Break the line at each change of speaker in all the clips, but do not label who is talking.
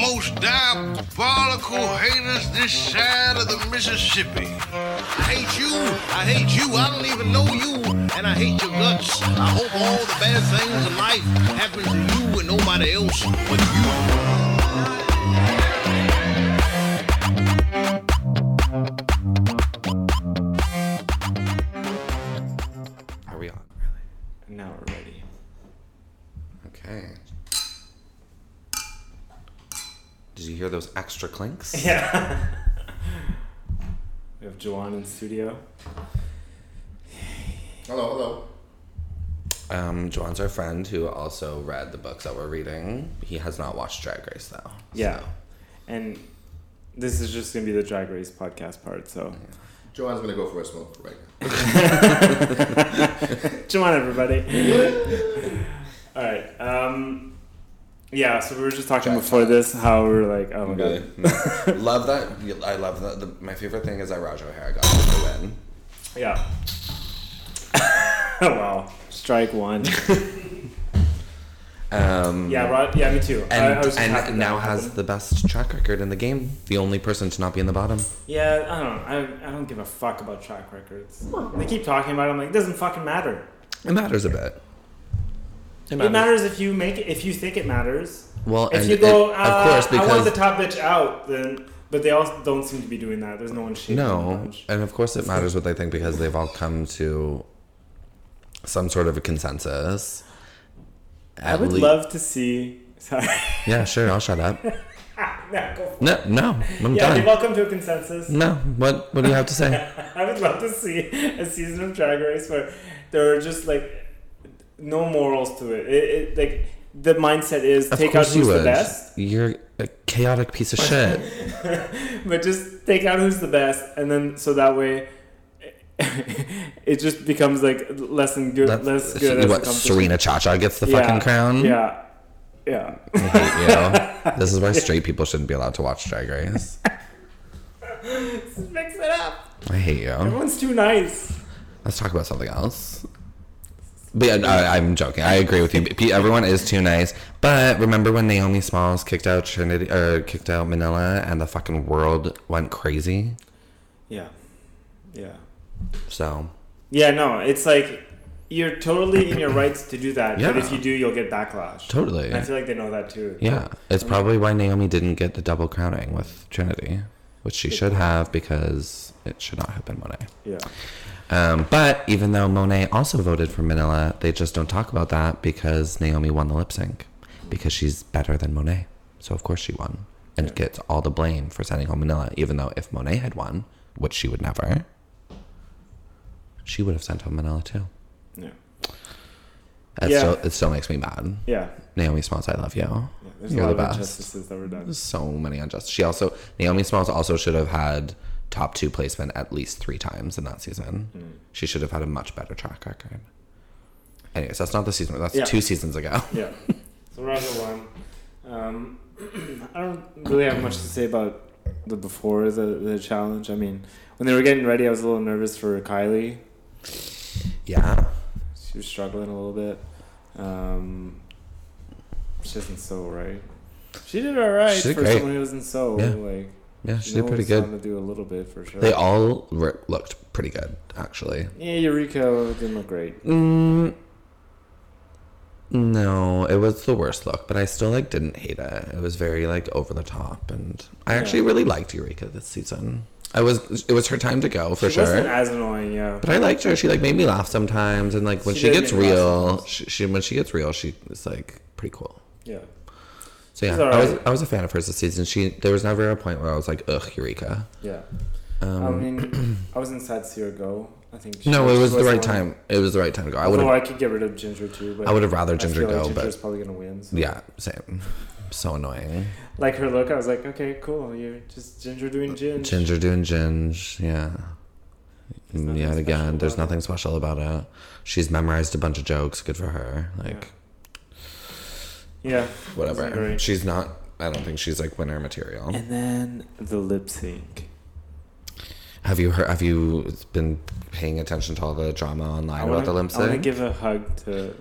most diabolical haters this side of the Mississippi. I hate you. I hate you. I don't even know you. And I hate your guts. I hope all the bad things in life happen to you and nobody else but you.
Are we on?
Now we're ready.
Okay. Did you hear those extra clinks?
Yeah. we have Jawan in studio.
Oh,
Hello, hello.
Um, John's our friend who also read the books that we're reading. He has not watched Drag Race though.
Yeah. And this is just gonna be the Drag Race podcast part. So,
Joanne's gonna go for a smoke right now.
Jawan, everybody. All right. Um, yeah. So we were just talking
Drag
before this how we were like, oh my
Really?
god.
No. love that. I love that. The, my favorite thing is that Raj O'Hara got the win.
Yeah. wow. Strike one.
Um,
Yeah. Right, yeah. Me too.
And,
I, I was just happy that
and now has
happened.
the best track record in the game. The only person to not be in the bottom.
Yeah, I don't. I, I don't give a fuck about track records. They keep talking about. It, I'm like, it doesn't fucking matter.
It matters a bit.
It matters if you make it. If you think it matters.
Well,
If
and
you
it-
go, "Ah, uh,
of course,
I
because
want the top bitch out. Then, but they all don't seem to be doing that. There's no one shaping the
No,
bunch.
and of course it matters what they think because they've all come to some sort of a consensus.
I would love to see. Sorry.
Yeah, sure. I'll shut up.
no, go.
No, no, I'm
Yeah, they've
done.
all come to a consensus.
No, what what do you have to say?
I would love to see a season of Drag Race where there are just like no morals to it. It, it like the mindset is
Of
take out
course you
who's the
would.
best.
You're a chaotic piece of shit.
but just take out who's the best, and then so that way, it just becomes like less and good,
That's,
less good. as a
what
competition.
Serena Chacha gets the
Yeah,
fucking crown.
Yeah, yeah.
I hate you. this is why straight people shouldn't be allowed to watch Drag Race.
Mix it up.
I hate you.
Everyone's too nice.
Let's talk about something else. But yeah, no, I'm joking. I agree with you. Pe- Everyone is too nice. But remember when Naomi Smalls kicked out Trinity or kicked out Manila and the fucking world went crazy?
Yeah, yeah,
So
yeah. No, it's like you're totally in your rights to do that, but if
Yeah.
you do, you'll get backlash.
totally.
And I feel like they know that too.
Yeah, it's probably why Naomi didn't get the double crowning with Trinity, which she should have because it should not have been Monet.
Yeah.
Um, but even though Monet also voted for Manila, they just don't talk about that because Naomi won the lip sync because she's better than Monet. So of course she won and
Yeah.
gets all the blame for sending home Manila, even though if Monet had won, which she would never, she would have sent home Manila too.
Yeah.
It,
Yeah.
still, it still makes me mad.
Yeah.
Naomi Smalls, I love you.
yeah. There's
You're
a lot
the
of
best.
injustices that were done.
so many unjust. She also Naomi Smalls also should have had top two placement at least three times in that season.
Hmm.
She should have had a much better track record. Anyways, that's not the season. That's
Yeah.
two seasons ago.
Yeah. So Raja won. Um, I don't really have much to say about the before the, the challenge. I mean, when they were getting ready, I was a little nervous for Kylie.
Yeah,
She was struggling a little bit. Um, she doesn't sew right. She did all right
She did
for
great.
someone who doesn't sew.
Yeah.
Like
yeah, she
no
did pretty
one's
good.
gonna do a little bit for sure.
They all re- looked pretty good, actually.
yeah, Eureka didn't look great.
Mm, no, it was the worst look, but I still like didn't hate it. It was very like over the top, and I actually
Yeah.
really liked Eureka this season. I was it was her time to go for
she
sure.
wasn't as annoying. Yeah.
But I liked her. She like made me laugh sometimes, and like when
She
she,
did
gets
make me laugh
real,
sometimes.
she, she when she gets real, she is like pretty cool.
yeah.
Um, So yeah,
She's all
I was
right.
I was a fan of hers this season. She there was never a point where I was like, ugh, Eureka.
Yeah.
Um,
I mean, I wasn't sad to see her go. I think she-
no, it
she
was the
wasn't
right
one-
time. It was the right time to go. I would
Although
have.
I could get rid of Ginger too, but
I would have rather
I
Ginger
feel like
go,
Ginger's
but
probably gonna win. so-
yeah, same. So annoying.
Like her look, I was like, okay, cool. You're just Ginger doing gin.
Ginger doing ginge. Yeah.
There's nothing
Yet
special
again, there's
about it.
nothing special about it. She's memorized a bunch of jokes. Good for her. Like
Yeah. Doesn't
whatever.
agree.
She's not. I don't think she's like winner material.
And then the lip sync.
Have you heard? Have you been paying attention to all the drama online
wanna,
about the lip
I want to
sync?
give a hug to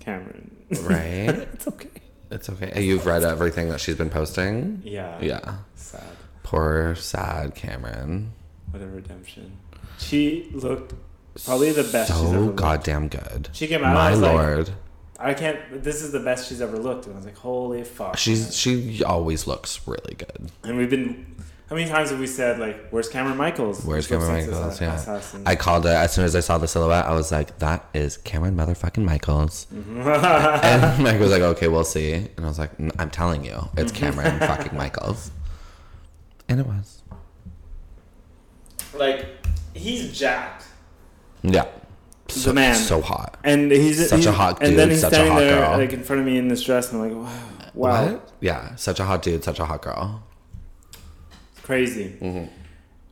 Cameron.
Right?
it's okay.
It's okay. You've read everything that she's been posting?
Yeah.
Yeah.
Sad.
Poor, sad Cameron.
What a redemption. She looked probably the best she's ever
So
looked.
goddamn good.
She came out
My
I was like,
lord.
I can't. This is the best she's ever looked, and I was like, holy fuck.
She's she always looks really good.
and we've been. How many times have we said like, "Where's Cameron Michaels?
Where's
She looks
Cameron
like this
Michaels?
a-
Yeah.
assassin.
I called it as soon as I saw the silhouette. I was like, that is Cameron motherfucking Michaels.
Mm.
and Mike was like, okay, we'll see. And I was like, "N- I'm telling you, it's Cameron fucking Michaels. And it was.
like, he's jacked,
Yeah. So,
man.
So hot.
and he's
Such a
he's-
hot
And then
dude,
he's
such a
standing
hot
there,
girl.
like in front of me in this dress, and I'm like, wow, wow,
What? Yeah. Such a hot dude, such a hot girl.
crazy.
Mm-hmm.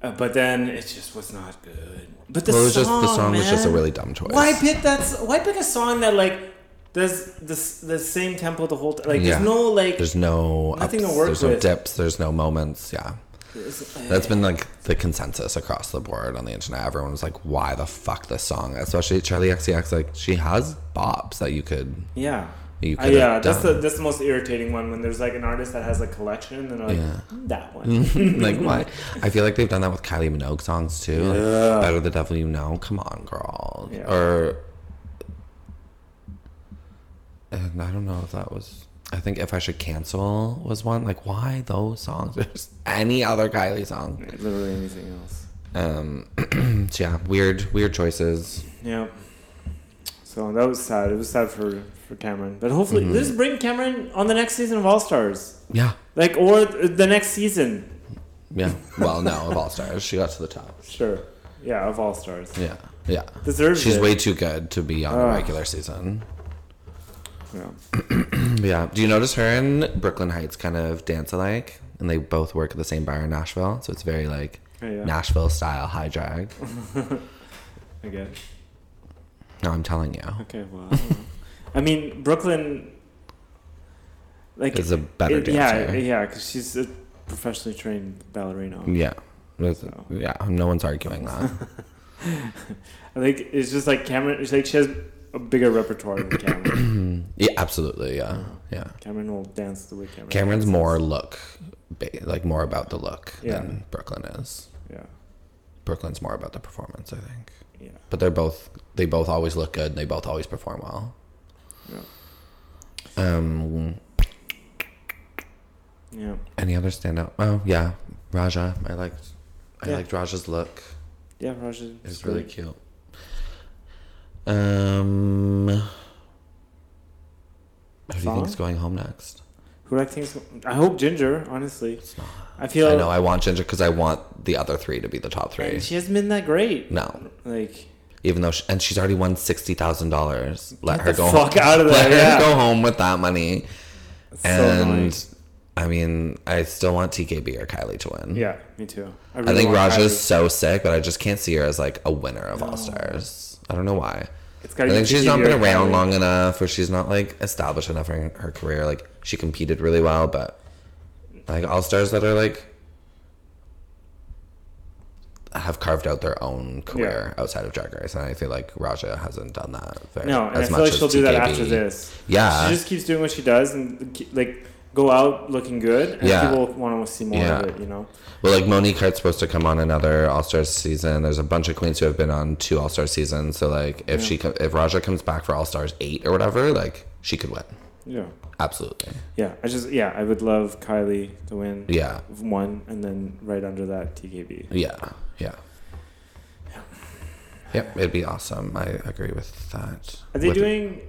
Uh, but then it just was not good. But the
Well, it was
song,
just- the song was just a
man.
really dumb choice.
Why pick that? s- Why pick a song that like does this the same tempo the whole time? Like,
Yeah.
there's no like.
There's no ups,
Nothing to work
there's no
with.
dips, there's no moments. Yeah. That's been like the consensus across the board on the internet. Everyone was like, why the fuck this song? Especially Charlie XCX. Like, she has bops that you could.
Yeah.
You
Uh,
could've
yeah, that's the
done.
that's the most irritating one when there's like an artist that has a collection and they're like "Hmm,
Yeah. Mm-hmm.
that one.
like, why? I feel like they've done that with Kylie Minogue songs too. Like,
Yeah.
Better the Devil You Know. Come on, girl.
Yeah.
Or. And I don't know if that was. I think If I Should Cancel was one. Like, why those songs? There's any other Kylie song.
Literally anything else.
Um, so yeah, weird, weird choices.
Yeah. So that was sad. It was sad for for Cameron, but hopefully
Mm-hmm.
let's bring Cameron on the next season of All Stars,
Yeah,
like or th- the next season.
yeah. Well, no, of all stars, she got to the top.
Sure. Yeah, of All Stars.
Yeah, yeah.
Deserves
She's
it. Ah.
way too good to be on a
Ugh.
regular season.
Yeah.
But yeah. Do you notice her and Brooklyn Heights kind of dance alike? And they both work at the same bar in Nashville, so it's very like
Oh, yeah.
Nashville style high drag.
I get. it.
No, I'm telling you,
Okay. Well, I, don't know. I mean Brooklyn. Like
Is a better dancer. Mm.
Yeah, yeah, because she's a professionally trained ballerina.
yeah, That's- yeah. No one's arguing that.
I think it's just like Cameron. It's like she has a bigger repertoire than Cameron.
yeah, absolutely. Yeah, yeah.
Cameron will dance the way Cameron.
Cameron's
dances.
more look, ba- like more about the look
Yeah.
than Brooklyn is.
Yeah,
Brooklyn's more about the performance, I think.
yeah,
But they're both they both always look good and they both always perform well.
yeah,
Um
yeah.
any other standout? Oh yeah. Raja. I liked I
Yeah.
liked Raja's look.
Yeah, Raja.
It was really cute. Um Who do you think's
Song?
going home next?
Who do I think? I hope Ginger. Honestly, I feel.
I know I want Ginger because I want the other three to be the top three.
and she hasn't been that great.
No,
Like,
even though she, and she's already won sixty thousand dollars. Let her
the
go
fuck out of
Let
there, yeah.
her go home with that money.
so
And
annoying.
I mean, I still want TKB or Kylie to win.
yeah, me too.
I think
want
Raja's
Kylie.
so sick, but I just can't see her as like a winner of All Stars. I don't know why.
It's
I
gotta
think
be
she's not
easier
been around
Kylie.
long enough, or she's not like established enough in her career. Like she competed really well, but like All Stars that are like have carved out their own career outside of Drag Race, and I feel like Raja hasn't done that. Very,
No, and I feel like she'll do that after this.
Yeah.
she just keeps doing what she does and ke- like go out looking good, and
Yeah.
people want to see more
Yeah.
of it. You know.
Well, like Monique Hart's supposed to come on another All Stars season. There's a bunch of queens who have been on two All Star seasons. So like, if she co- if Raja comes back for All Stars eight or whatever, like she could win.
Yeah.
Absolutely.
Yeah, I just yeah, I would love Kylie to win.
Yeah.
one, and then right under that TKB.
Yeah. Yeah. Yep, it'd be awesome. I agree with that.
Are they
With-
doing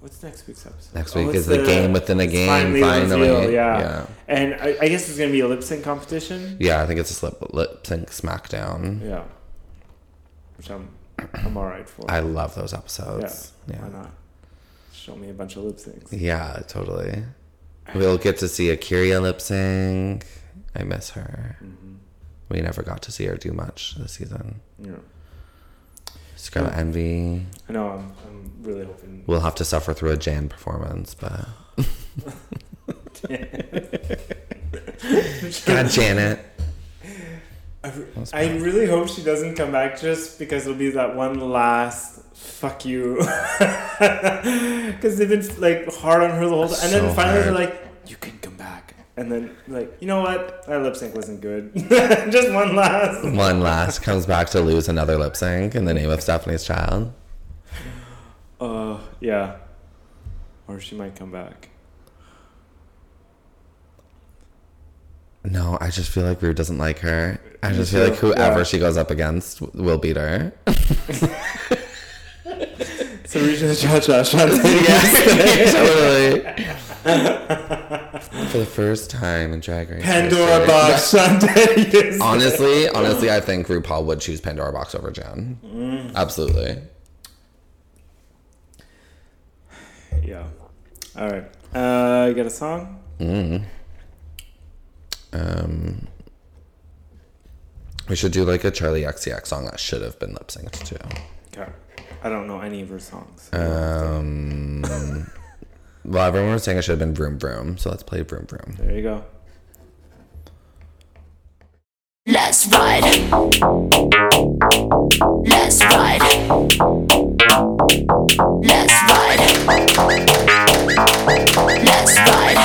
what's next week's episode?
next
Oh,
week?
it's
is the, game within a
it's
game?
finally
Finally,
the reveal,
yeah.
yeah.
yeah,
And I, I guess it's gonna be a lip sync competition.
I think it's a slip lip sync smackdown.
Yeah, which I'm I'm all right for.
I love those episodes.
yeah,
Yeah,
why not? Show me a bunch of lip syncs.
yeah, totally. We'll get to see Akira lip sync. I miss her. We never got to see her do much this season.
Mm-hmm. Yeah,
Scarlet Envy.
I know. I'm I'm really hoping.
We'll have to suffer through a Jan performance, but God, Janet.
I really hope she doesn't come back just because it'll be that one last fuck you. Because they've been like hard on her the whole time. And
So
then finally they're
hard.
like, you can come back. And then, like, you know what? That lip sync wasn't good. Just one last.
One last comes back to lose another lip sync in the name of Stephanie's child.
Uh, yeah. Or she might come back.
No, I just feel like Rue doesn't like her. I just
You
feel like
feel-
whoever
yeah.
she goes up against will beat her.
So Regina Cha Cha Cha.
Yes, totally. For the first time in Drag Race.
Pandora
history.
box Shantae.
Honestly, honestly, I think RuPaul would choose Pandora box over Jen.
Mm.
Absolutely.
Yeah. All right. Uh, you got a song?
Um, we should do like a Charlie XCX song that should have been lip synced to.
Okay. I don't know any of her songs.
Uh, Um, well, everyone was saying it should have been Vroom Vroom, so let's play Vroom Vroom.
there you go.
Let's ride. Let's ride. Let's ride. Let's ride.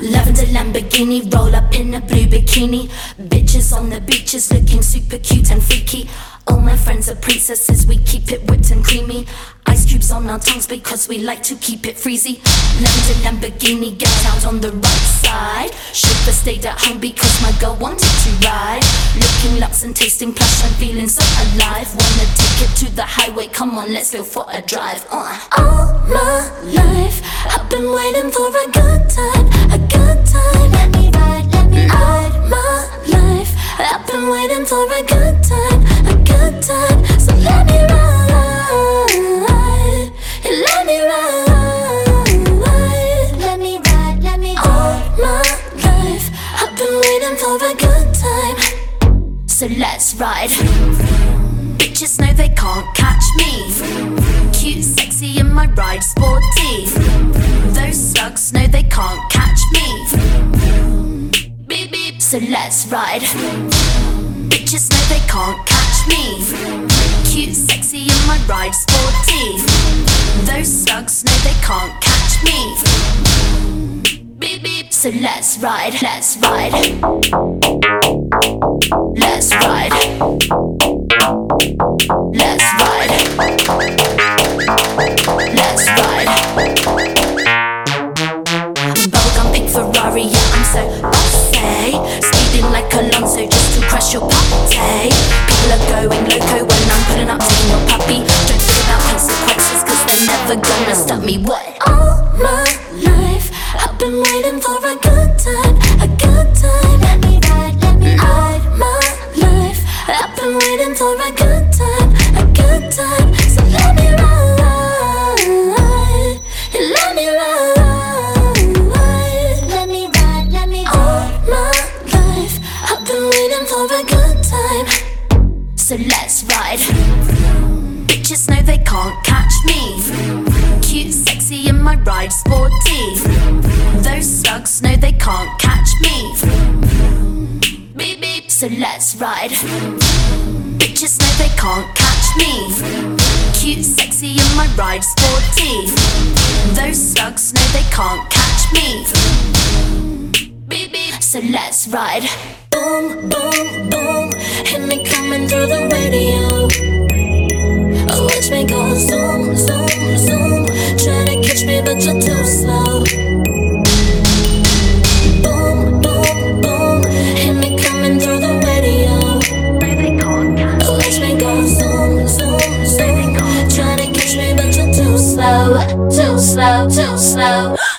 Lavender Lamborghini, roll up in a blue bikini. Bitches on the beaches looking super cute and freaky. All my friends are princesses, we keep it whipped and creamy. Ice cubes on our tongues because we like to keep it freezy. Lavender Lamborghini, get out on the right side. Should've stayed at home because my girl wanted to ride. Looking luxe and tasting plush, I'm feeling so alive. Wanna take it to the highway, come on, let's go for a drive. Uh. All my life, I've been waiting for a good time, a good time. Let me ride, let me ride. My life, I've been waiting for a good time, a good time. So let me ride, let me ride. Let me ride, let me ride. All my life, I've been waiting for a good time. So let's ride. Bitches know they can't catch me. Cute, sexy, and my ride sporty. Those slugs know they can't catch me. Beep beep, so let's ride. Bitches know they can't catch me. Cute, sexy, and my ride sporty. Those slugs know they can't catch me. Beep beep, so let's ride, let's ride. Let's ride. Let's ride. Let's ride. Bubblegum pink Ferrari, yeah, I'm so bossy. Speeding like Alonso just to crash your party. People are going loco when I'm pulling up to your puppy. Don't think about consequences, cause they're never gonna stop me. What? All my life, I've been waiting for a good time, a good time. Let me ride, let me ride. My life, I've been waiting for a good time, a good time. So let me ride, let me ride. Let me ride, let me All my life, I've been waiting for a good time. So let's ride. Bitches know they can't catch me. Cute, sexy, and my ride sporty. Those slugs know they can't catch me. Beep beep, so let's ride. Bitches know they can't catch me. Cute, sexy, and my ride sporty. Those slugs know they can't catch me. Beep beep, so let's ride. Boom, boom, boom. Hit me coming through the radio. Oh, watch me go zoom, zoom, zoom. Try to catch me, but you're too slow. Boom, boom, boom. Hit me coming through the radio. Oh, watch me go zoom, zoom, zoom. Try to catch me, but you're too slow, too slow, too slow.